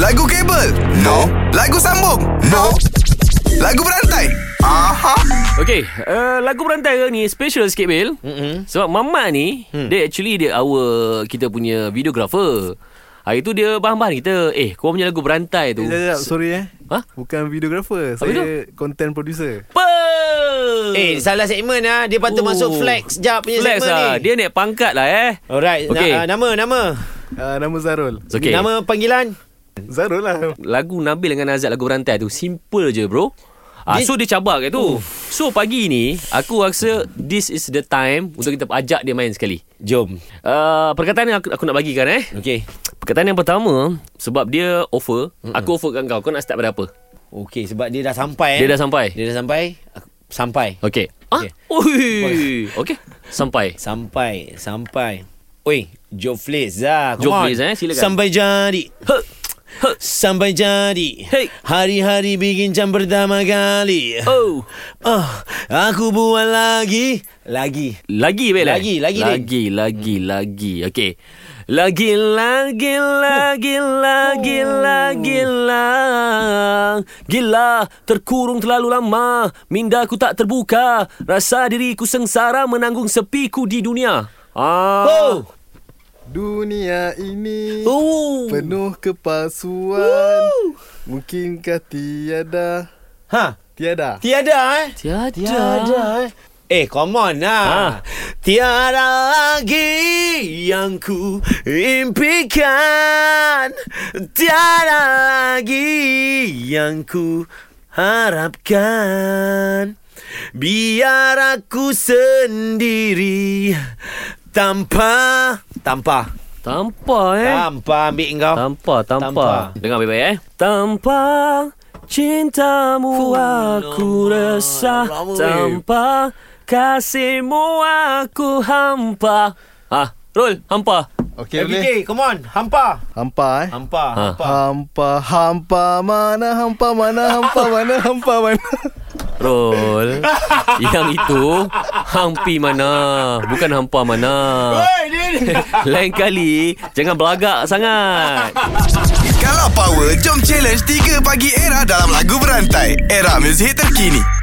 Lagu kabel? No. Lagu sambung? No. Lagu berantai? Aha. Okay, uh, lagu perantara ni special sikit Bil. Mm-hmm. Sebab Mamat ni, hmm. dia actually dia our kita punya videographer. Hari tu dia bahan-bahan kita, eh korang punya lagu berantai tu. Sekejap, sekejap, sorry eh. Ha? Bukan videographer. Saya content producer. Apa? Eh, salah segmen lah. Dia patut Oh. masuk flex jap punya Flex segmen lah. ni. Dia naik pangkat lah eh. Alright, Okay. na- uh, nama, nama. Uh, nama Zarul. Okay. Nama... Nama panggilan. Zarul lah. Lagu Nabil dengan Azad lagu berantai tu simple je bro. Ah, Dia- so dia cabar kat tu. So pagi ni aku rasa this is the time untuk kita ajak dia main sekali. Jom. Uh, perkataan yang aku, aku nak bagikan eh. Okay. Perkataan yang pertama sebab dia offer, Mm-mm. aku offerkan kau. Kau nak start pada apa? Okay, sebab dia dah sampai. eh. Dia dah sampai. Dia dah sampai. Aku- Sampai. Okey. Ah. Oi. Okey. Okey. Sampai. Sampai, sampai. Oi, Joflis lah. come Joflis, on. eh, silakan. Sampai jadi. Ha. Ha. Sampai jadi. Hey. Hari-hari bikin jam pertama kali. Oh. Oh, aku buat lagi. Lagi. Lagi baik Lagi, lagi, Din. Lagi, lagi, lagi. Okey. Lagi, lagi, lagi, lagi, Oh. lagi, lang. Gila, terkurung terlalu lama. Mindaku tak terbuka. Rasa diriku sengsara menanggung sepiku di dunia. Ah. Oh. Dunia ini Oh. penuh kepalsuan. Mungkinkah tiada? Ha, Tiada. tiada eh. Tiada. eh. Eh, come on lah. Ha. Tiada lagi yang ku impikan. Tiada lagi yang ku harapkan. Biar aku sendiri tanpa tanpa Tanpa eh. tanpa ambil engkau. Tanpa, tanpa. Tanpa. Dengar baik-baik eh. Tanpa cintamu aku resah. eh? lama, babe. Tanpa kasihmu aku hampa. Ah, Rul, hampa. Okey boleh. Okay, Eh, come on. Hampa. Hampa eh. Hampa, Ha. hampa. Hampa, hampa mana, hampa mana, hampa mana, hampa mana. Rul. yang itu hampi mana, bukan hampa mana. Oi, dia ni. Lain kali jangan belagak sangat. Kalau power, jom challenge 3 pagi era dalam lagu berantai. Era muzik terkini.